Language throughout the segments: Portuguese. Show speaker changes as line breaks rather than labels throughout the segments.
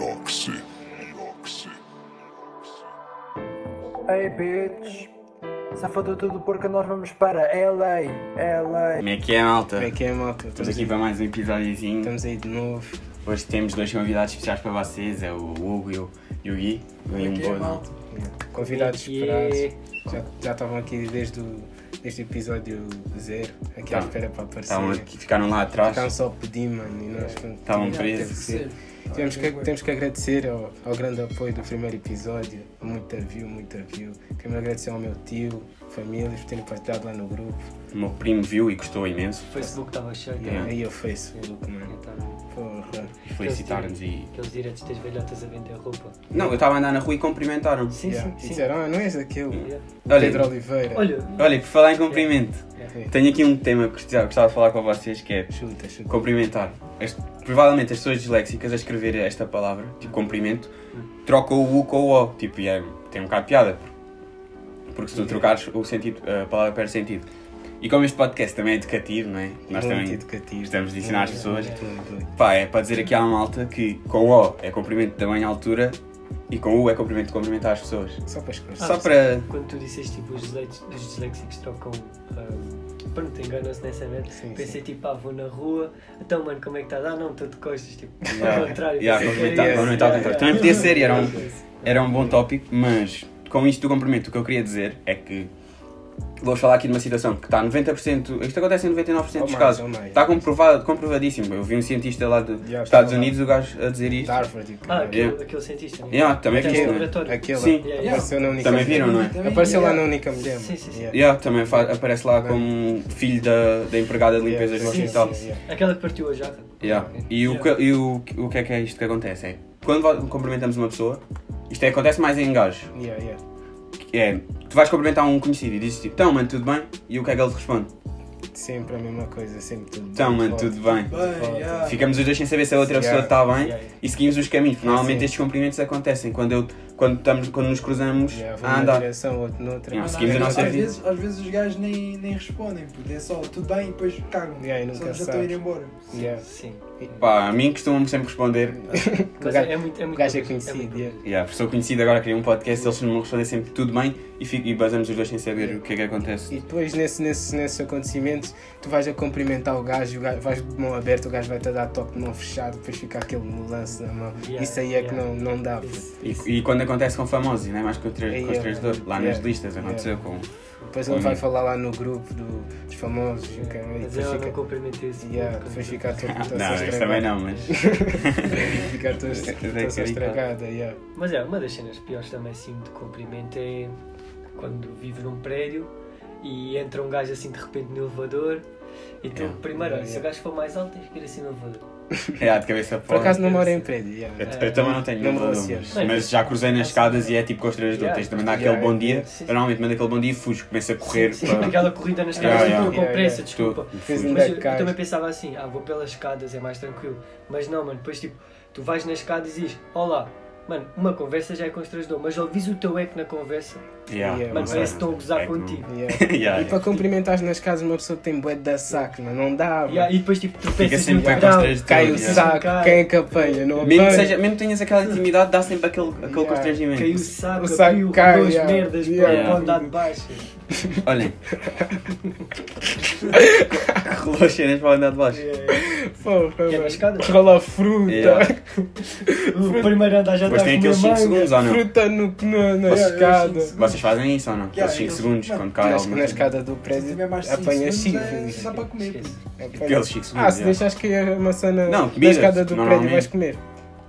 Oxy. Oxy.
Ei, bitch. Safado tudo porque nós vamos para LA. LA.
Como é que é, malta?
Como é que é, malta?
Estamos aqui para mais um episódiozinho.
Estamos aí de novo.
Hoje temos dois convidados especiais para vocês, é o Hugo e o, e o Gui.
é
E um
Aqui,
bom,
malta.
Convidados
Aqui.
esperados. Já, já estavam aqui desde o desde o episódio zero, aqui
Tá.
à
Tá
espera para aparecer.
Estavam aqui, ficaram lá atrás.
Estavam só a pedir, mano, e nós fomos-
Estavam
teve que
presos.
ser. Temos que, temos que agradecer ao, ao grande apoio do primeiro episódio, muita view, muita view. Primeiro agradecer ao meu tio, família, por terem partilhado lá no grupo.
O meu primo viu e gostou imenso.
O Facebook estava cheio,
Yeah.
cara.
Aí ao Facebook, mano.
Então,
Porra.
Felicitaram-nos e.
Aqueles diretos das velhotas a vender roupa.
Não, eu estava a andar na rua e cumprimentaram. Sim,
Yeah. Disseram, ah, não és aquele. Pedro
Olha,
Oliveira.
Olha,
olha, por falar em cumprimento,
Sim.
tenho aqui um tema que gostava gostava de falar com vocês que é
Chuta, chuta.
cumprimentar. As- provavelmente as pessoas disléxicas a escrever esta palavra, tipo cumprimento, trocam o U com o O. Tipo, e é, tem um bocado de piada. Porque se tu trocares o sentido, a palavra perde sentido. E como este podcast também é educativo, não é? Nós
muito
também
educativo.
gostamos de ensinar as pessoas.
Muito, muito, muito.
Pá, é para dizer aqui à malta que com o O é cumprimento da mãe à altura e com o U é cumprimento de cumprimentar as pessoas.
Só para as coisas.
Só para.
quando tu disseste tipo os dislex- os disléxicos trocam. ah, Pronto, enganam-se nessa merda.
Sim,
Pensei tipo, ah, vou na rua, então mano, como é que estás? Ah, não, estou de costas, tipo,
Yeah.
ao contrário.
Yeah,
pensei que
complementar,
era isso.
complementar ao contrário.
tipo,
então, Também podia ser, e era um-
Yeah.
Era um bom tópico, mas com isto do cumprimento, o que eu queria dizer é que vou-vos falar aqui de uma situação que está 90%, isto acontece em 99% dos
Ou mais,
casos.
ou mais.
Está comprovado, comprovadíssimo. Eu vi um cientista lá dos
Já,
Estados
estava lá.
Unidos, o gajo a dizer
De
isto.
árvore, tipo,
Ah,
aquele,
aquele,
Yeah.
aquele cientista. né?
Yeah, também
Aquele
fiz,
do
não é?
laboratório.
aquela
Sim.
Yeah, yeah.
apareceu na única
Também
mulher.
viram, não é?
Apareceu lá na única mulher.
Sim, sim, sim.
mano. Yeah.
Yeah, também fa- aparece lá como filho da, da empregada de limpeza
é? Yeah,
do
sim,
hospital.
sim, sim. Yeah.
Aquela que partiu a jaca.
Yeah. E, o que, e o, o que é que é isto que acontece? É, quando vo- cumprimentamos uma pessoa, isto é, acontece mais em gajos.
Yeah, yeah.
que É, tu vais cumprimentar um conhecido e dizes tipo, então mano, tudo bem? E o que é que ele te responde?
Sempre a mesma coisa, sempre tudo.
Então
bem,
mano,
foda.
tudo bem.
Bem, yeah.
Ficamos os dois sem saber se a outra
Yeah.
pessoa está bem
Yeah, yeah.
e seguimos os caminhos. porque Normalmente
Sim.
estes cumprimentos acontecem quando, eu, quando, estamos, quando nos cruzamos
Yeah, vou
a
numa
andar.
direção, outro noutra.
Ah, Yeah,
Mas
seguimos a
às-
nossa
às
vida.
Vezes, às vezes os gajos nem, nem respondem, puto. É só tudo bem e depois cagam.
Yeah, e nunca
só já estão a
sabes.
ir embora.
Yeah.
Sim.
Pá, a mim costumam-me sempre responder.
Mas
gajo-
é muito, é
O
muito
gajo é
pouco, muito
conhecido.
pouco.
yeah.
Yeah, porque sou conhecido agora, criei um podcast, eles me respondem sempre tudo bem e, fico, e basamos os dois sem saber o que é que acontece.
E depois, nesse, nesse, nesses acontecimentos, tu vais a cumprimentar o gajo, e o gajo vais de mão aberta, o gajo vai-te a dar toque de mão fechado, depois fica aquele lance na mão.
Yeah,
Isso aí é que
yeah.
não, não dá. puto.
Isso.
E, e quando acontece com famosos, e não é mais com, tra- com os
Yeah.
três dores, lá nas
Yeah.
listas aconteceu com.
Depois ele vai
Uhum.
falar lá no grupo do- dos famosos, e o cara- e
Mas é um
depois
eu não
fica.
cumprimentei esse
Yeah,
puto quando-
depois fica a tua reputação
Não, isso também não, mas.
Fica a tua
Isso é que
reputação
é que-
estragada, yeah.
Mas é, uma das cenas piores também assim de cumprimento é quando vivo num prédio e entra um gajo assim de repente no elevador e tu
Yeah.
primeiro, olha,
Yeah,
se o gajo for mais alto tens que ir assim no elevador.
É, há de cabeça
Por
para
acaso não
Deve
moro
ser.
em prédio, yeah.
Eu, É, eu também não tenho
Não me
nenhum
vou
problema,
associar.
mas, mas já cruzei nas escadas e é tipo com os três dores.
Yeah.
Tens de mandar
Yeah,
aquele bom
yeah.
dia.
Sim, sim.
Eu normalmente mando aquele bom dia e fujo, começo a correr.
Sim,
para-
aquela corrida nas
Yeah,
escadas
yeah.
tipo,
Yeah,
com pressa,
yeah.
Estou-
desculpa.
Fez um
Mas eu,
deck
eu também
card.
pensava assim, ah, vou pelas escadas, é mais tranquilo. Mas não, mano, depois tipo, tu vais nas escadas e dizes, olá, mano, uma conversa já é constrangedor, mas ouvis o teu eco na conversa,
Yeah, não
Yeah,
mano,
sei.
parece que estão a gozar
É que não-
contigo.
Yeah.
Yeah,
E para cumprimentares nas casas uma pessoa que tem bué da saco, mano, não dá, mano.
Yeah, e depois tipo, tu
Fica
pensas no
sempre bem com os
grau,
três dores.
Cai o
yeah.
saco,
Cai.
quem é que apanha? Não
Mesmo que,
apanha.
seja, mesmo que tenhas aquela intimidade, dá sempre aquele, aquele
Yeah.
constrangimento.
Caiu o saco,
O saco
abriu,
cai,
duas
yeah.
merdas,
Yeah.
para andar de baixo.
Olhem. Rolou as cenas para andar de baixo.
Pô, pô,
E é na
mano.
escada.
Rola fruta.
Yeah.
O primeiro andar já
Depois
está
tem
com
aqueles
uma
5
manga.
segundos ou Ah, não?
Fruta no, no, na
Yeah, eu
escada.
acho que-
Vocês fazem isso ou não? Aqueles
Yeah,
5
eu-
segundos
Não.
quando cai
Na, na
alguma coisa.
escada do
Se
prédio
tiver mais cinco
apanhas
segundos, é-
sífilis.
Dá para comer.
Esquece.
Apanhas-
Aqueles 5 segundos.
Ah, se
yeah.
deixas cair a maçã na,
Não,
na
comidas,
escada do prédio
normalmente.
vais comer.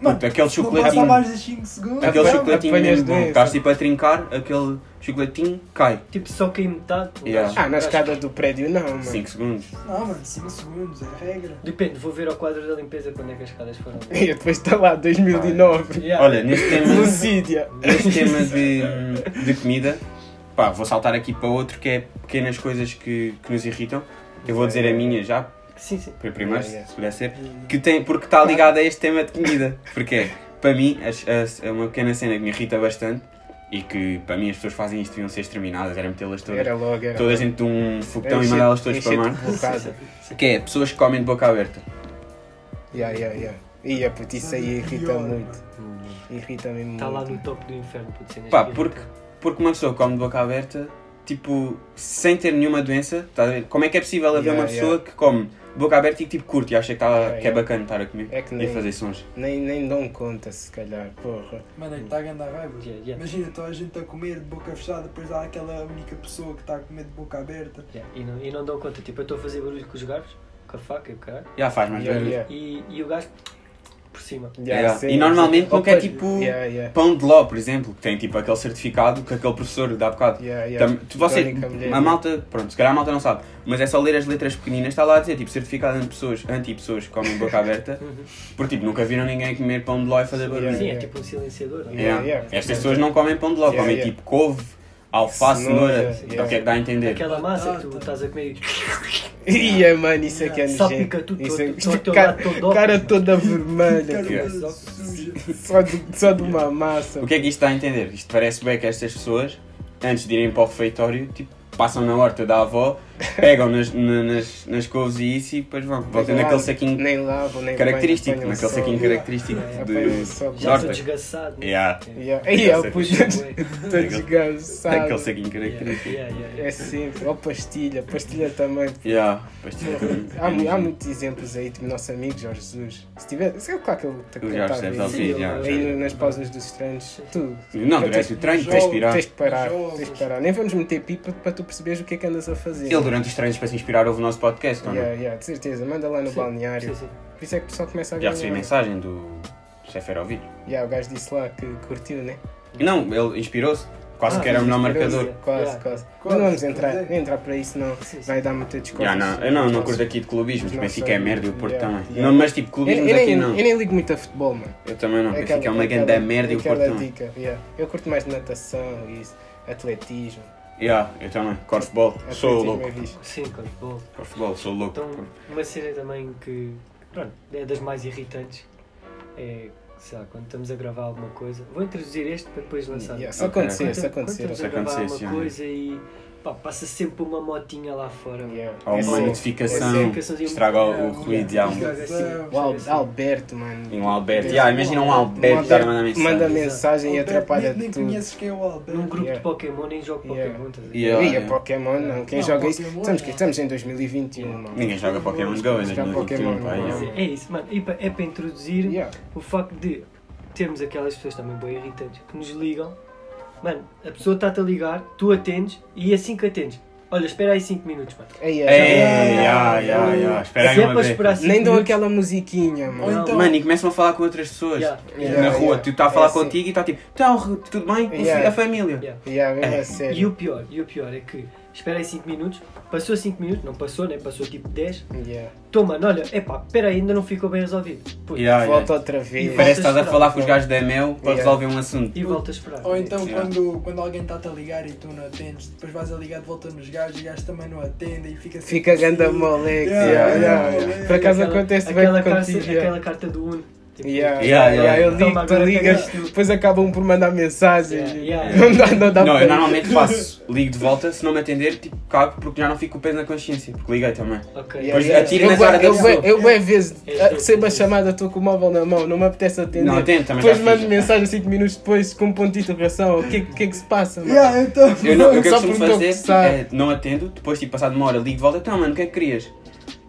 Puto, aquele
Se não passar
chocolatinho.
mais de 5 segundos,
Aquele
não.
chocolatinho
apanhas
mesmo bom.
doença.
Estás tipo a trincar, aquele chocolatinho cai.
Tipo, só cai metade. um
Yeah.
gajo-
Ah, na
gajo-
escada do prédio não, mano.
5 segundos.
Não, mano, 5 segundos, é regra.
Depende, vou ver ao quadro da limpeza quando é que as escadas foram.
E depois está lá, 2009.
Yeah.
Olha, neste tema.
Lucídia.
Neste tema de, de comida, pá, vou saltar aqui para outro que é pequenas coisas que, que nos irritam. Eu vou dizer a minha já,
Sim, sim.
para primeiro,
Yeah, yeah.
se puder ser, que tem, porque está ligada a este tema de comida. Porque é, para mim, as- as- é uma pequena cena que me irrita bastante e que para mim as pessoas fazem isto deviam ser exterminadas, era metê-las todas,
Era logo, era. É,
todas dentro de um foguetão e
Encher-
mandá-las todas para
encher
o
de
mar.
porrada.
Que é pessoas que comem de boca aberta.
Yeah, yeah, yeah. E é puto, isso aí irrita
Pior,
muito.
mano.
Irrita mesmo
Está Tá lá
muito.
no topo do inferno, puto, cenas
Pá,
que
porque,
irritam.
porque uma pessoa come de boca aberta, tipo, sem ter nenhuma doença, tá a ver? Como é que é possível haver
Yeah,
uma pessoa que come de boca aberta e tipo curte e acha que, tá,
Yeah,
que é
yeah.
bacana estar a comer
É
e
que
a
nem-
fazer sons?
Nem, nem dão conta, se calhar, porra.
Mano, é que está a grande raiva.
Yeah, yeah.
Imagina, toda a gente a comer de boca fechada, depois há aquela única pessoa que está a comer de boca aberta.
Yeah, E, não, e não dão conta, tipo, eu estou a fazer barulho com os garfos, com a faca e o caralho,
Já faz mais
Yeah,
barulho.
yeah.
e, e o gajo por cima.
Yeah.
sim.
E normalmente nunca é
Opa,
tipo
Yeah, yeah.
pão de ló, por exemplo, que tem tipo aquele certificado que aquele professor dá bocado.
Yeah, yeah.
Tam- tu- você,
Verónica, mulher.
a malta, pronto, se calhar a malta não sabe, mas é só ler as letras pequeninas, está lá a dizer tipo certificado anti-pessoas anti -pessoas que comem de boca aberta, porque tipo, nunca viram ninguém comer pão de ló e fazer barulho.
Uhum. Yeah,
Sim, é
yeah.
tipo um silenciador. não é?
Yeah,
Yeah.
yeah.
Estas pessoas não comem pão de ló,
Yeah,
comem
yeah.
tipo couve, alface,
Cenoura,
cenoura,
yeah.
é o que é que dá a entender.
Aquela massa que tu
Batata.
estás a comer e
Ia, mano, isso aqui é nojento.
Salpica tudo,
Isso é-
todo- todo teu
cara,
lado todo
cara
óculos.
toda vermelha.
Cara,
Yeah.
mas suja.
só, de, só de uma massa.
O que é que isto dá a entender? Isto parece bem que estas pessoas, antes de irem para o refeitório, tipo, passam na horta da avó, pegam nas, na- nas, nas couves e isso e depois vão, voltam naquele saquinho
Nem lavo, nem
característico,
banho,
naquele
apanham
saquinho
sol.
característico
Yeah.
Apanham
de...
sol.
já sou
Norte.
desgraçado. né?
Yeah.
Yeah. Aí, ó,
Aquele
puto,
saquinho.
estou
Aquele
Tá desgraçado.
saquinho característico.
Yeah, yeah, yeah.
É sempre, ou pastilha, pastilha também.
Yeah. Depois tipo,
Há, mu- há muitos exemplos aí, tipo, nosso amigo Jorge Jesus. Se tiver, sei lá que ele tá está
O Jorge é deve
aí,
ouvir, já.
aí nas pausas dos treinos, tudo.
Não, durante o treino, tens de pirar.
um Tens de parar,
Jogos.
tens de parar. Nem vamos meter pipa para tu perceberes o que é que andas a fazer.
Ele durante os treinos para se inspirar ouve o nosso podcast, não
Yeah,
é?
yeah, de certeza, manda lá no
Sim,
balneário.
Sim, sim.
Por isso é que o pessoal começa a
Já
ganhar.
recebi mensagem do Seferovic.
Yeah, o gajo disse lá que curtiu, né?
Não, ele inspirou-se. Quase
Ah,
que era o melhor
Curioso,
marcador.
yeah.
Quase,
Yeah.
quase.
Quase,
não vamos
quer
entrar,
dizer.
entrar para isso, não.
Sim, sim.
Vai dar muita discussão.
Yeah, não, eu não, não curto aqui de clubismos,
Os
o
nossos
Benfica é merda e o
amigos,
Porto
yeah,
também.
yeah.
Não, mas tipo,
Eu, eu
clubismos
nem,
aqui não.
eu nem ligo muito a futebol, mano.
Eu também não, o Benfica é uma grande
aquela-
merda e o
aquela
Porto também.
dica, yeah. Eu curto mais de natação e isso, atletismo.
Yeah, eu também, corfball, sou
Atletismo
louco.
é fixe.
Sim, claro. Bom,
Corfball, sou louco.
Então, uma cena também que pronto, é das mais irritantes é, sei lá, quando estamos a gravar alguma coisa. Vou introduzir este para depois lançar.
Yeah, se
Ok,
acontecer,
Quando,
se
quando
acontecer.
estamos
se
a gravar
acontecer,
alguma
sim,
coisa e pá, passa sempre uma motinha lá fora. mano.
Yeah.
Há
Esse-
uma
é- essa é a
notificação,
assim,
notificaçãozinha
estraga
muito-
o o ruído e há um.
Estraga assim.
O Al- Alberto, mano.
E um Alberto. Yeah, imagina um Alberto estar a mandar
É. Manda
mensagem.
mensagem e
Alberto,
atrapalha
nem, nem
tudo.
conheces quem é o Alberto.
Num grupo
Yeah.
de Pokémon nem jogo
Yeah.
Pokémon. estás a ver?
Yeah,
Ih, é
yeah.
Pokémon, não. Quem
Não,
joga isso?
Pokémon,
Estamos,
não.
estamos em 2021, mano.
Ninguém joga Pokémon Go em
Joga
2021,
Pokémon
pá.
Go.
yeah.
É isso, mano. E pa- é para introduzir
Yeah.
o facto de termos aquelas pessoas também bem irritantes que nos ligam. Mano, a pessoa está-te a ligar, tu atendes e assim que atendes, olha, espera aí 5 minutos, mano.
Ei,
Ei,
ei,
ya, ya, ya, espera aí
Se é
uma
para
vez.
esperar cinco
Nem dão
minutos,
aquela musiquinha,
Ou
mano.
Não.
então,
Mano, e começam a falar com outras pessoas.
Yeah.
Yeah,
Na rua,
yeah.
tu está a falar
É assim.
contigo e está tipo, então, tudo bem?
Yeah.
A família.
Yeah.
Yeah, mesmo a
E
sério.
o pior, e o pior é que esperei 5 minutos, passou 5 minutos, não passou, né? Passou tipo 10.
Yeah.
Toma, mano, olha, epá, espera aí, ainda não ficou bem resolvido. Puta.
Yeah, yeah.
Volta outra vez.
Parece-
Parece que estás a falar com os gajos da Mel para
Yeah.
resolver um assunto.
E volta a esperar.
ou então
Yeah.
quando, quando alguém está-te a ligar e tu não atendes, depois vais a ligar de volta nos gajos e os gajos também não atendem e fica assim.
Fica ganda moleque.
Yeah,
Yeah, yeah,
yeah,
yeah.
yeah.
Por acaso
Aquela-
acontece bem
aquela carta,
contigo. yeah.
aquela carta do Uno. Tipo,
Yeah,
Yeah,
yeah, Então,
yeah.
Eu ligo,
Toma,
tu
agora
ligas,
pegas tu.
depois acabam por mandar mensagem.
Yeah, yeah.
Não dá, não dá
Não,
pra-
eu normalmente faço, ligo de volta, se não me atender, tipo, cago porque já não fico com o peso na consciência, porque liguei também.
Ok.
Yeah,
Depois
yeah.
atira na
Eu
cara
bué- eu
da
bué-
pessoa.
Eu bué vezes
É, é,
recebo
é.
a chamada, estou com o móvel na mão, não me apetece atender.
Não atendo, também
Depois
já
mando
fiz.
mensagem 5 minutos depois com um ponto de interrogação. O que, que é que se passa, mano?
Yeah, então.
Eu não, o que eu
Só
costumo
porque eu
fazer
precisar.
é, não atendo, depois, tipo, passado uma hora, ligo de volta, então, mano, o que é que querias?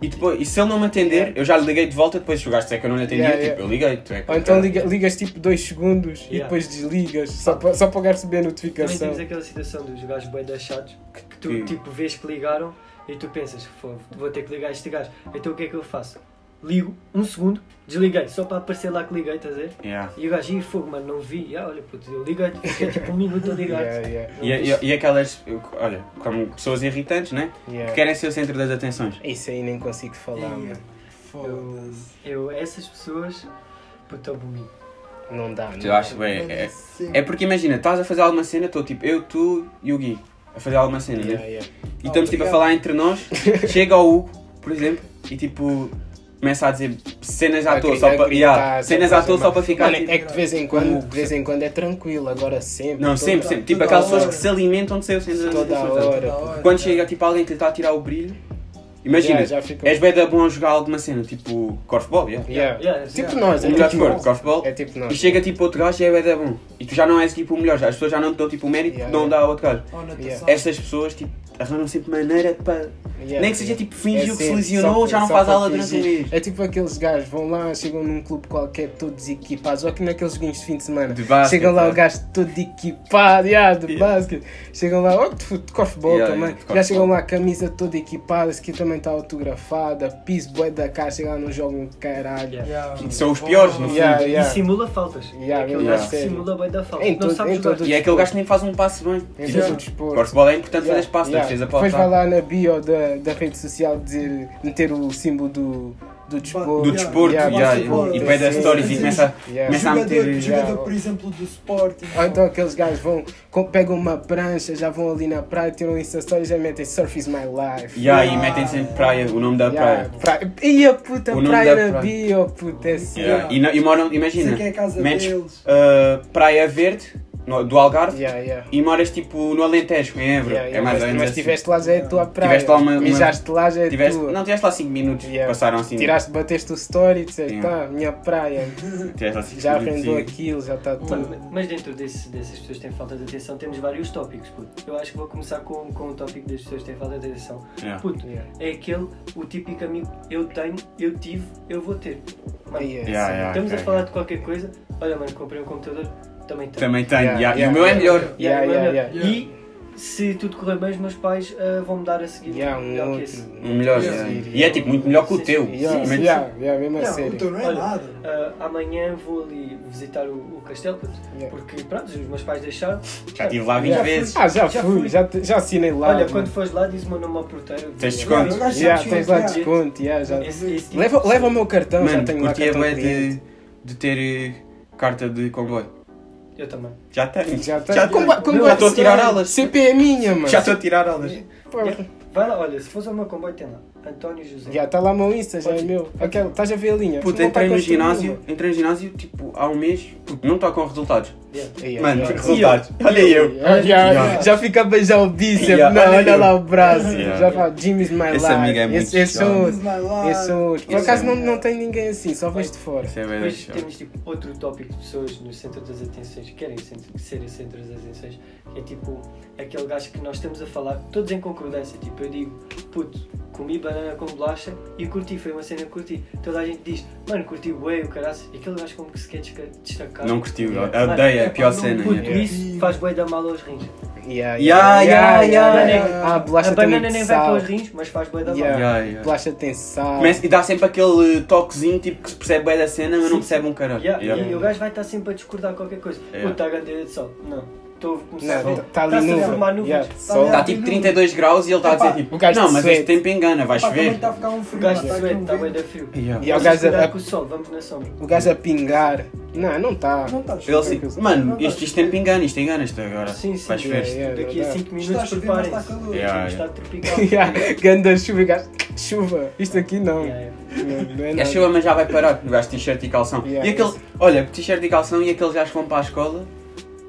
E, depois, e se ele não me atender, eu já lhe liguei de volta, depois, se o gajo disser que eu não lhe atendia,
Yeah,
tipo,
yeah.
eu liguei, tu é que-
Ou então liga- ligas tipo 2 segundos e
Yeah.
depois desligas, só para, só para o gajo receber a
Também
notificação.
temos aquela situação dos gajos bem deixados que, que tu
Que-
tipo vês que ligaram e tu pensas, "Fô, vou ter que ligar este gajo. Então o que é que eu faço? Ligo, um segundo, desliguei, só para aparecer lá que liguei, estás a ver?
Yeah.
E o gajo, ih, fogo, mano, não vi. Ah, olha, puto, eu liguei, fiquei tipo um minuto a ligar.
Yeah, yeah,
E, e, e aquelas, olha, como pessoas irritantes, né?
yeah.
Que querem ser o centro das atenções.
Isso aí nem consigo falar,
Yeah.
mano.
Foda-se.
Eu, essas pessoas, puto, abomino.
Não dá,
Eu
não
acho,
dá.
bem, é,
Sim.
É porque imagina, estás a fazer alguma cena, estou tipo eu, tu e o Gui a fazer alguma cena,
Yeah, Oh,
né?
yeah.
E estamos tipo a
Obrigado.
falar entre nós, chega ao Hugo, por exemplo, e tipo começa a dizer cenas
A
é à toa,
gritar,
só para.
gritar,
Yeah,
só
cenas
pra
à toa
chamar.
só para ficar.
tá, Mano,
tipo-
é que de vez em quando, de vez em quando é tranquilo, agora sempre.
não,
toda-
sempre, sempre. Tipo
toda
aquelas
hora.
pessoas que se alimentam de ser o centro das
Toda
atenções. tá?
hora.
Toda hora.
Quando chega tipo alguém que lhe está a tirar o brilho, Imagina,
Yeah, já fica-
és bem da bom a jogar alguma cena, tipo corfball, yeah.
Yeah.
Yeah,
Tipo
yeah.
nós,
O
é
melhor
tipo
desporto,
nós.
corfball.
É tipo nós.
E chega tipo outro gajo e é bué da bom. E tu já não és tipo o melhor, já. as pessoas já não te dão tipo o mérito
Yeah,
que dão
yeah.
dar ao outro gajo.
Ou natação.
Yeah.
Estas pessoas tipo, arranjam sempre maneira para.
Yeah,
Nem que seja
yeah.
tipo fingiu
É
que se
sempre,
lesionou,
só-
já não
só
faz
para
aula durante um
fingir.
mês.
É tipo aqueles gajos, vão lá, chegam num clube qualquer, todos equipados, ou que naqueles joguinhos de fim de semana.
De basquete,
chegam lá
é.
o gajo todo equipado, yeah, de basquete. Chegam lá, oh, de, de corfball
Yeah,
também.
yeah, de
já
corfball.
chegam lá, a camisa toda equipada, esse aqui também está autografada, piso bué da cá, chegam lá, não jogam de caralho. Yeah.
Yeah.
São os piores, no fundo.
tipo, oh, Yeah,
E simula faltas.
Yeah,
é aquele
yeah.
gajo que
Sério.
simula bem da falta.
Em
não
todo-
sabe
em
jogar.
todo-
E é aquele gajo que nem faz um passo bem.
tipo É
Tipo,
todo o desporto.
Corfball é importante
Yeah,
fazer passo, não
yeah.
precisas
Depois vai
passar.
lá na bio da, da rede social dizer, meter o símbolo do, do desporto.
Do
Yeah,
desporto,
yeah,
yeah,
basquete,
e vai das
sim,
stories
sim,
e
sim.
começa
Yeah.
começa a
Jogador,
meter.
jogador,
yeah.
por exemplo, do Sporting.
Ou então aqueles gajos vão, com- pegam uma prancha, já vão ali na praia, tiram isso a história e já metem Surf is my life.
Yeah, e metem sempre praia, o nome da
Yeah,
praia.
praia. Ih, a puta
O nome
praia
da
na
praia.
bio, puta, é assim.
Yeah, E, não- e moram,
Sei
imagina,
que é a casa
metes
deles.
uh, Praia Verde, no- do Algarve,
Yeah, yeah.
e moras tipo no Alentejo, em Évora.
Yeah, yeah,
é mais
mas,
ou menos
mas
assim.
tiveste lá já é tua praia.
Tiveste lá uma- uma-
Mijaste lá já é
Tiveste-
tua.
não, tiveste lá 5 minutos,
Yeah.
passaram assim.
Tiraste, bateste o story e disseste,
Yeah.
tá, minha praia.
Tiveste lá cinco
Já
minutos,
arrendou
sim.
aquilo, já está tudo.
Mas- Mas dentro desse- dessas pessoas que têm falta de atenção, temos vários tópicos, puto. Eu acho que vou começar com, com o tópico das pessoas que têm falta de atenção.
Yeah.
Puto,
Yeah.
é aquele, o típico amigo, eu tenho, eu tive, eu vou ter. Mano,
Yeah,
Yeah, sim.
yeah.
estamos a
ok.
falar de qualquer coisa, olha mano, comprei um computador, também tenho.
Também tenho,
Yeah,
yeah, e
yeah.
o meu é melhor.
E aí,
Yeah,
mano,
yeah,
yeah.
E se tudo correr bem, os meus pais ah, vão me dar a seguir.
Yeah, um
melhor que é assim.
outro.
esse.
O melhor,
Yeah.
yeah. E é tipo muito melhor que o
Sim,
teu.
sim.
Yeah,
Mas-
yeah, yeah, mesmo a
Não,
sério.
o teu não é
Olha,
nada.
Ah, amanhã vou ali visitar o, o castelo, puto,
É.
Yeah.
porque pronto, os meus pais deixaram.
Já estive lá 20
Yeah.
vezes.
Ah, já,
Já
fui,
fui.
Já, te- já assinei lá.
Olha,
mano.
quando fores lá, diz o meu nome ao porteiro.
Tens
Diz-
desconto?
O gajo sabe
Yeah,
que
tens
chuta,
lá
yeah.
desconto, yeah, já.
Esse- esse tipo
Leva,
de-
leva o meu cartão, já
Mano,
tenho lá
curti a
cartão
bué
cliente.
de, de ter eh, carta de comboio.
Eu também.
Já tenho.
Já tenho.
Já
Como- como
já
é
estou a
que
tirar
se-
aulas.
CP é minha, mano.
Já estou a tirar aulas.
Porra.
Vai lá, olha, se fosse o meu comboio, tem lá. António José.
Já está lá o meu Insta, já é meu. Aquela, estás a ver a linha.
Puta,
Não tá
entrei no
construído,
ginásio,
mano.
entrei no ginásio tipo há um mês, puto, não está com resultados.
Yeah.
Yeah,
Mano,
yeah.
resultados. Olha eu.
Yeah, yeah.
Yeah.
Já fica a beijar o bíceps,
Yeah,
não,
olha
olha
eu.
lá o braço.
Yeah.
Já fala, Jimmy is my
Esse
life.
amigo é muito
Esse- um esses são os-
Is my life.
esses são os- Por
Esse
acaso
é-
não, não tem ninguém assim, só vejo de fora.
Isso é bué da
Depois
chato.
temos tipo, outro tópico de pessoas no centro das atenções que querem centro- ser o centro das atenções, que é tipo aquele gajo que nós estamos a falar, todos em concordância. Tipo, eu digo, puto, comi banana com bolacha e curti, foi uma cena que curti. Toda a gente diz, mano, curti bué o caraço. E aquele gajo como que se quer desca- destacar.
Não curtiu,
Yeah.
eu odeio, é a pior cena.
Puto,
yeah.
isso faz bué da mal aos rins.
Yeah,
Yeah, yeah, yeah,
yeah.
Ah, a bolacha
a
tem
banana
muito
nem vai
sal.
para os rins, mas faz bué da mal.
Yeah.
Yeah, yeah.
A bolacha tem sal.
Começa- e dá sempre aquele toquezinho tipo que se percebe bem da cena, mas não
Sim.
percebe um caralho.
Yeah,
Yeah.
E o gajo vai estar sempre a discordar qualquer coisa.
Yeah.
Puta, a grandeira de sol. Não. Estou a começar
Não,
a
tá- tá ali
Está-se a
nuvem.
formar nuvens.
Yeah,
Tá
sol.
Está tipo 32 graus e ele está a dizer tipo,
o gajo
não, mas
suede.
este tempo engana, vais
Pá, também
ver.
está a ficar um
O
frio.
gajo
é
está aqui
suede,
um
tá
está bem
vento.
da frio.
Yeah.
E o
Vamos
gajo é-
cuidar
a-
com o sol, vamos na sombra.
O gajo a pingar. Não, não tá. está.
Não estás
Ele assim, mano, isto, isto tempo engana, isto engana-te agora.
Sim, é, sim.
Ah, Vais ver.
Yeah, yeah.
Daqui a
verdade.
Está
5
a
minutos
chover, tá mas está
preparem-se.
calor.
Yeah.
Temos estado tropical.
yeah. Ganda chuva, e o gajo. Chuva. Isto aqui não.
Yeah, yeah.
Não, não é
É
nada.
chuva, mas já vai parar. O gajo de t-shirt e calção.
Yeah,
e aquele,
isso.
olha, t-shirt e calção e aqueles gajos que vão para a escola,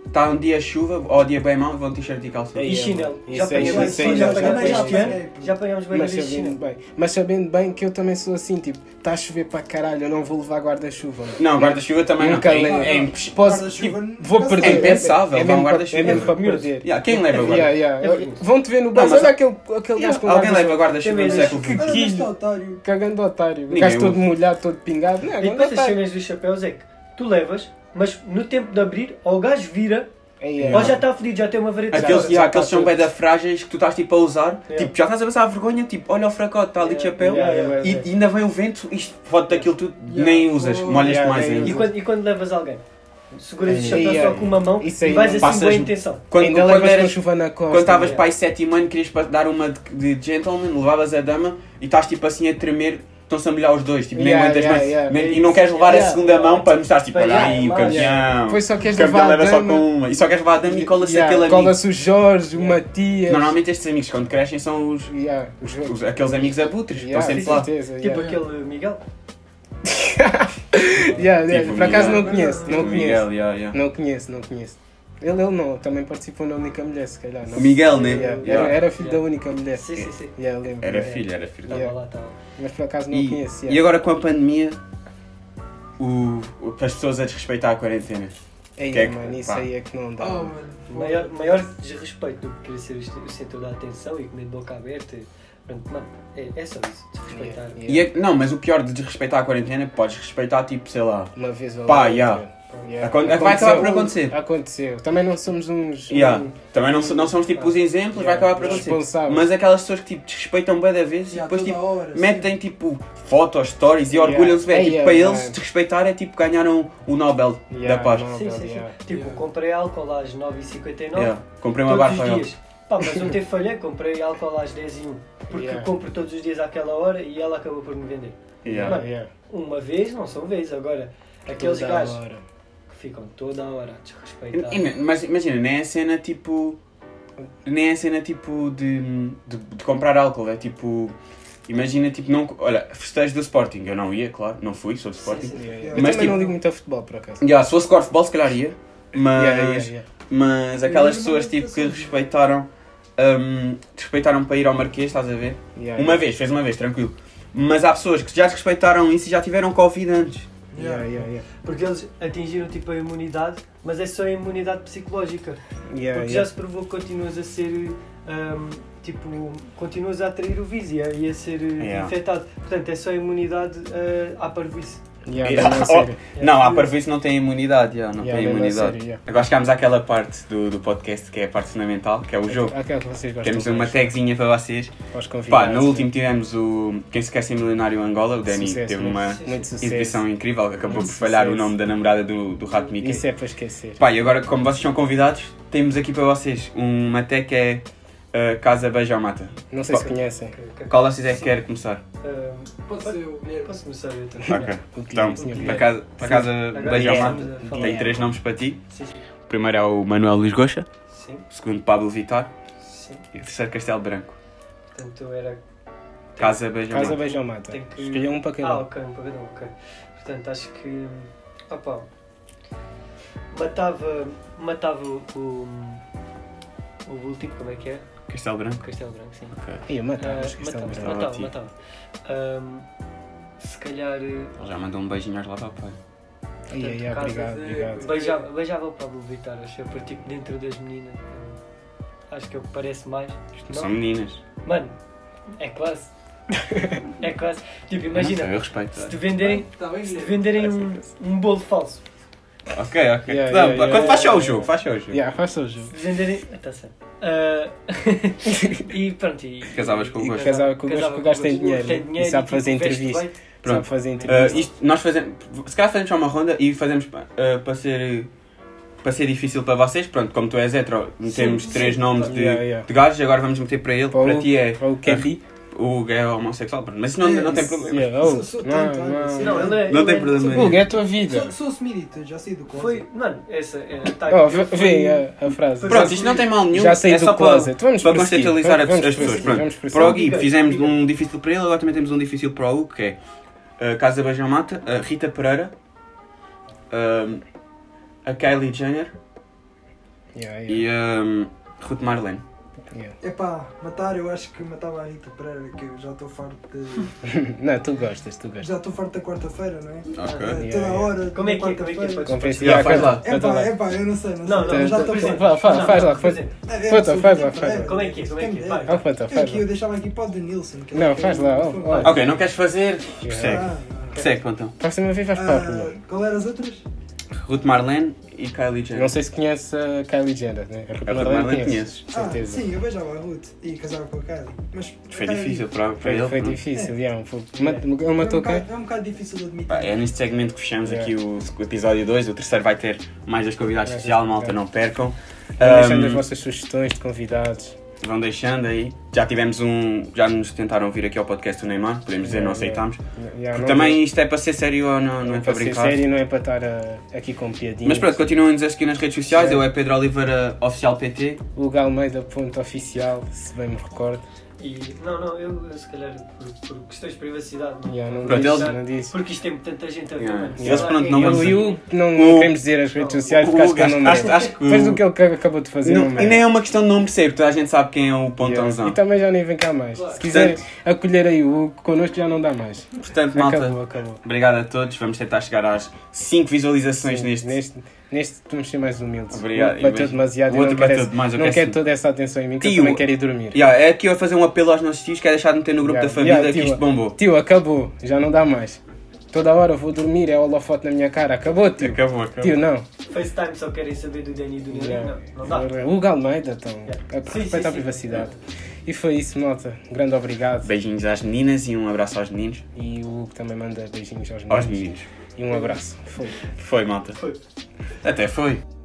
está um dia chuva ou um dia bem mau e vão de t-shirt e calção.
E
Yeah,
chinelo.
mano.
Já
Isso aí,
apanhamos
isso aí,
já
isso aí.
apanhamos
Mas já
este ano,
apanhei.
Já apanhamos bem
Mas
de
sabendo
chinelo.
bem, mas sabendo bem que eu também sou assim, tipo, está a chover para caralho, eu não vou levar guarda-chuva. mano.
Não, guarda-chuva também não.
Nunca
É,
levo.
é impos-
Posso,
Guarda-chuva
tipo,
nunca
vou
se
perder.
leva.
É impensável,
é
levar um
mesmo para-
guarda-chuva.
É mesmo para perder.
Yeah, quem leva agora?
Yeah, yeah.
É verdade.
Vão-te ver no
Não,
banco.
mas-
Olha aquele, aquele gajo com
Alguém
guarda-chuva.
leva guarda-chuva no
Também
século
que-
XX.
Olha, mas
Quilho.
este otário.
Cagando otário. O
Ninguém assim,
gajo todo
usa.
molhado, todo pingado. Não,
E
agora tá.
depois as
otário.
cenas dos chapéus é que tu levas, mas no tempo de abrir, ou o gajo vira,
É, é.
ou já está fedido, já tem uma vareta. de
Aqueles,
sal.
yeah,
já
aqueles
tá
são
tudo.
bem da frágeis que tu estás tipo a usar,
Yeah.
tipo, já estás a passar a vergonha, tipo, olha o fracote, está ali de
Yeah,
chapéu,
yeah, yeah,
e
yeah.
e ainda vem o vento, isto pode daquilo tu
Yeah.
nem usas, molhas-te
Yeah,
mais
nem
ainda.
E
usas.
quando, e quando levas alguém? Seguras o
Ei,
chapéu
ei,
só com uma mão
isso
e
aí
vais
não.
assim
Passas-
com boa intenção.
Quando,
Ainda
quando,
levas com
eras,
chuva na costa.
quando estavas
Yeah.
pai sétimo ano, querias pa- dar uma de, de gentleman, levavas a dama e estás tipo assim a tremer, estão-se a molhar os dois, tipo, nem
Yeah,
aguentas
yeah,
mais,
yeah. É
nem- e não queres levar a
Yeah.
segunda mão para mostrar, tipo, olha
Yeah,
aí o
yeah.
campeão,
Foi só que
o
és
campeão
levar a
leva só
dama.
com uma, e só queres levar a dama e cola-se
Yeah,
aquele amigo.
Cola-se o Jorge, o Matias.
Normalmente estes amigos quando crescem são os,
Yeah, os
os- aqueles amigos abutres,
Yeah,
estão
com
sempre lá.
certeza,
Tipo
yeah.
aquele Miguel.
Yeah, yeah,
Tipo
Por acaso
Miguel.
não conheço, não
tipo O
conheço.
Miguel, yeah, yeah.
Não conheço, não conheço. Ele, ele não, também participou na única mulher, se calhar. Não?
Miguel, né?
Yeah,
Yeah.
Era, era filho
Yeah.
da única mulher.
Sim, sim, sim.
Yeah, lembro,
Era
yeah.
filho, era filho.
Estava
Yeah.
lá, tá. estava lá.
Mas por acaso não
E,
conhecia.
e agora com a pandemia, o, o- as pessoas a desrespeitar a quarentena.
Ei,
que é que-
mano, isso
pá.
aí é que não
Tá.
dá.
Oh, mano. foda-se.
Maior, maior desrespeito do que querer ser o centro da atenção e comer de boca aberta. Pronto, mano, é, é só isso, desrespeitar.
Yeah,
E é- não, mas o pior de desrespeitar a quarentena é que podes respeitar, tipo, sei lá.
Uma vez ou
Pá,
outra.
yeah.
Yeah.
Acon- vai acabar por
Aconteceu. um-
acontecer.
Aconteceu. Também não somos uns.
Yeah.
um-
Também não, so- não somos tipo os exemplos, vai
Yeah.
acabar por acontecer.
Responsáveis.
Mas aquelas pessoas que tipo, desrespeitam bem da vez e
Yeah,
depois
toda
tipo,
hora,
metem tipo fotos, stories e
Yeah.
orgulham-se. bem.
Ei,
Tipo,
yeah,
para
mano.
eles desrespeitar é tipo ganharam o Nobel
Yeah,
da paz.
não,
Sim,
bro,
sim, sim.
yeah.
Tipo,
Yeah.
comprei álcool às 9h59
Yeah. Comprei uma
todos
barra para
os
eles.
dias. Pá, mas ontem falhei, comprei álcool às 10h01. Porque
Yeah.
compro todos os dias àquela hora e ela acabou por me vender.
Yeah.
Mano,
Yeah.
Uma vez, não são vezes. Agora, aqueles
Toda
gajos
hora.
que ficam toda a hora a desrespeitar.
E- e-
tá.
Mas imagina, nem é cena tipo. Nem é cena tipo de, de, de comprar álcool, é tipo. Imagina, tipo, não. Olha, festejo do Sporting, eu não ia, claro, não fui, sou do Sporting.
sim.
Yeah, yeah.
Mas,
Eu também
tipo-
não ligo muito a futebol, por acaso.
Yeah, se fosse corfball, se calhar ia, Ah, mas.
Yeah, yeah, yeah.
Mas aquelas pessoas tipo que respeitaram. hum, respeitaram para ir ao Marquês, estás a ver?
Yeah,
Uma vez, fez uma vez, tranquilo. Mas há pessoas que já desrespeitaram isso e já tiveram Covid antes.
Yeah, yeah, yeah.
Porque eles atingiram tipo a imunidade, mas é só a imunidade psicológica.
É,
Yeah,
porque já
yeah.
se provou que continuas a ser. hum, tipo, continuas a atrair o vírus e a- e a ser uh,
Yeah.
infectado. Portanto, é só a imunidade uh, à parvoíce.
Yeah,
Yeah.
mesmo a sério.
Não, há parvo isso não tem imunidade, já, não
Yeah,
tem
mesmo a
imunidade.
sério, yeah.
Agora chegámos àquela parte do, do podcast que é a parte fundamental, que é o jogo.
Aquela que vocês gostam
Temos uma
mais.
tagzinha para vocês.
Aos
Pá,
convidados.
no último tivemos o Quem se quer ser milionário Angola, o Dani
Sucesso,
teve
muito-
uma
Muito sucesso.
exibição incrível, acabou por
Muito
falhar o
sucesso.
nome da namorada do, do Rato Mickey.
Isso é para esquecer.
Pá, e agora como vocês são convidados, temos aqui para vocês uma tag que é uh, Casa Beija ou Mata.
Não sei se conhecem.
Qual vocês é que quer começar?
Hum,
Pode ser o Guilherme.
posso começar eu também?
Ok.
O que
Então,
tinha
para
visto.
casa, para casa
Agora é
Beija ou
já
Mata,
estamos a falar.
tem três nomes para ti.
Sim, sim.
O primeiro é o Manuel Luís Goxa,
Sim,
o segundo Pablo Vittar
sim.
e o terceiro Castelo Branco.
Portanto, era.
Casa Beija ou
Casa
Mata.
Beijão Mata.
Tem que-
Escolha um para cada
Ah,
um.
ok, um para cada um, ok. Portanto, acho que. Opa. Matava. Matava o. O, o último, como é que é?
Castelo
O
Branco.
Castelo Branco, sim.
Ok.
Ih,
Ah,
mata, acho que isto é um
matava,
Branco.
matava,
Sim.
matava. Hum, se calhar. eh,
Ele já mandou um beijinho aos lá para o pai.
Ai, ai, ai,
Casa
obrigado,
de-
obrigado.
Beijava, beijava o Pablo Vittar, acho eu, porque tipo, dentro das meninas. hum, Acho que é o que parece mais.
Isto
Não.
não são meninas.
Mano, é quase. é quase. Tipo,
Não sei,
imagina,
eu respeito.
se te venderem,
Tá bem,
se te
Guilherme.
venderem um, um bolo falso,
Ok, ok.
Yeah,
Não,
yeah, yeah,
quando
yeah,
faz só o
yeah,
jogo,
yeah.
faz só o jogo.
Yeah, faça o jogo.
se te venderem. Ah, tá certo. Ah, e pronto, e.
Casavas com o
e
gosto.
Casava com o gosto, porque o gajo tem dinheiro,
Tem
e sabe fazer
tipo, veste
entrevista.
bem.
Pronto.
Sabe fazer
Ah,
entrevista.
isto, nós fazemos. Se calhar fazemos só uma ronda e fazemos ah, para ser. Para ser difícil para vocês, pronto, como tu és hetero, metemos
sim,
três nomes é de,
Yeah, yeah.
de gajos, agora vamos meter para ele,
Para
para
o-
ti é
para o Kendi.
o gay homossexual, pronto, mas isso não, não tem problema.
Yeah, oh,
Sou- sou
não,
tentado,
não.
assim.
Não, ele é-
Não
ele
tem
é-
problema nenhum.
Hugo, é a tua vida.
Sou, sou semirita, já saí do closet.
Foi. Mano, essa é. Tá,
Oh,
eu
vê-
fui-
vê a, a frase.
é.
Pronto, isto não tem mal nenhum.
Já saí
é
do
só
closet.
Para,
Vamos
para
prosseguir.
contextualizar
Vamos-
as-
vamos
as pessoas.
prosseguir, vamos
Pronto.
prosseguir.
Para o Gui,
Diga,
fizemos
diga.
um difícil para ele, agora também temos um difícil para o Hugo, que é uh, Casa Beijão Mata, a Rita Pereira, um, a Kylie Jenner
Yeah, yeah,
e a um, Ruth Marlene.
yeah.
Epá, matar eu acho que matava a Rita Pereira, que eu já estou farto de.
Não, tu gostas, tu gostas.
já estou farto da quarta-feira, não é?
Ok.
Eh,
Yeah,
Toda
yeah.
hora.
Como é
toda
que é? Como é que
quarta-feira.
é? Pode-
Compensa.
Yeah, faz lá.
Canta lá.
Epá, epá, eu não sei, não sei.
tá,
Não, não,
eu já estou
não, por
Faz,
exemplo.
farto.
faz, faz,
Não,
faz
não,
lá.
por
faz-
exemplo,
É, é
Fota,
absurdo,
faz lá,
Rita
faz lá.
Pereira.
Como é que é? Como é que é?
Quem me
Vai.
dera.
Ah, fota,
Eu
faz
que
lá.
eu deixava aqui para o Denilson. que
Não,
acho que
faz
é
lá,
o-
ó,
o-
ó.
Ok, não queres fazer? Prossegue.
Ah,
Prossegue, então.
Próxima vez vais para a rua.
ah, qual eram as outras?
Ruth Marlene e Kylie Jenner.
Não sei se conhece a Kylie Jenner, né? A
A Ruth Marlene conheces.
de
Ah,
certeza.
sim, eu beijava a Ruth e casava com a Kylie. Mas
Foi difícil para, para ele.
Foi, foi
pronto.
difícil, yeah, um pouco. Ma- Ele
É um,
matou quem?
bocado, é um bocado difícil de admitir.
Pá, É neste segmento que fechamos
Yeah.
aqui o, o episódio 2. O terceiro vai ter mais dois convidados
É,
especial,
é.
malta, não percam.
Vão deixando as
Ahm,
vossas sugestões de convidados.
vão deixando aí. Já tivemos um. Já nos tentaram vir aqui ao podcast do Neymar, podemos dizer, não
Yeah,
aceitámos. Porque
Yeah, não
também isto é para ser sério ou não, não é para
para ser
brincar.
sério, não é para estar ah, aqui com piadinhas.
Mas pronto, continuem-nos a seguir nas redes sociais.
Yeah.
Eu é Pedro Oliveira Oficial PT.
O Galmeida.oficial, se bem me recordo.
E não, não, eu, eu se calhar por, por questões de privacidade. Não,
Yeah, não
Pronto,
disse,
eles-
não disse.
Porque isto tem tanta gente a ver.
Yeah.
mano. Sei
Eles,
lá,
pronto,
é-
não
é-
vamos-
Eu, eu não,
O-
não queremos dizer as redes sociais porque acho que
acho,
não
acho, acho que.
Fez o que ele ac- acabou de fazer.
Não-
merda.
e nem é uma questão de não perceber, toda a gente sabe quem é o pontãozão.
Yeah. E tá- também já nem vem cá mais.
Claro.
Se quiserem acolher aí o Hugo, connosco já não dá mais.
Portanto, malta,
Acabou, acabou.
obrigado a todos. Vamos tentar chegar às 5 visualizações
Sim,
neste.
neste. Neste vamos ser mais humildes.
Obrigado,
O outro bateu
imagina.
demasiado.
O
eu
outro
não quero,
bateu
essa-
demais, eu
Não
quero
quero
sim.
toda essa atenção em mim, que
Tio,
eu também quero ir dormir.
Yeah, é aqui eu vou fazer um apelo aos nossos tios, quero deixar de meter no grupo
Yeah,
da família
yeah,
que
tio,
isto bombou.
Tio, acabou. Já não dá mais. Toda hora eu vou dormir, é holofote na minha cara. Acabou, tio.
Acabou, acabou.
Tio, não.
FaceTime só querem saber do Danny e do Nelly.
É,
Não, não dá.
Yeah. Hugo Almeida, então.
Yeah. Sim, sim,
Respeita a
sim.
privacidade. E foi isso, malta. Grande obrigado.
Beijinhos às meninas e um abraço aos meninos.
E o Hugo também manda beijinhos aos meninos.
Aos meninos.
E um abraço. Foi.
Foi, malta.
Foi.
Até foi.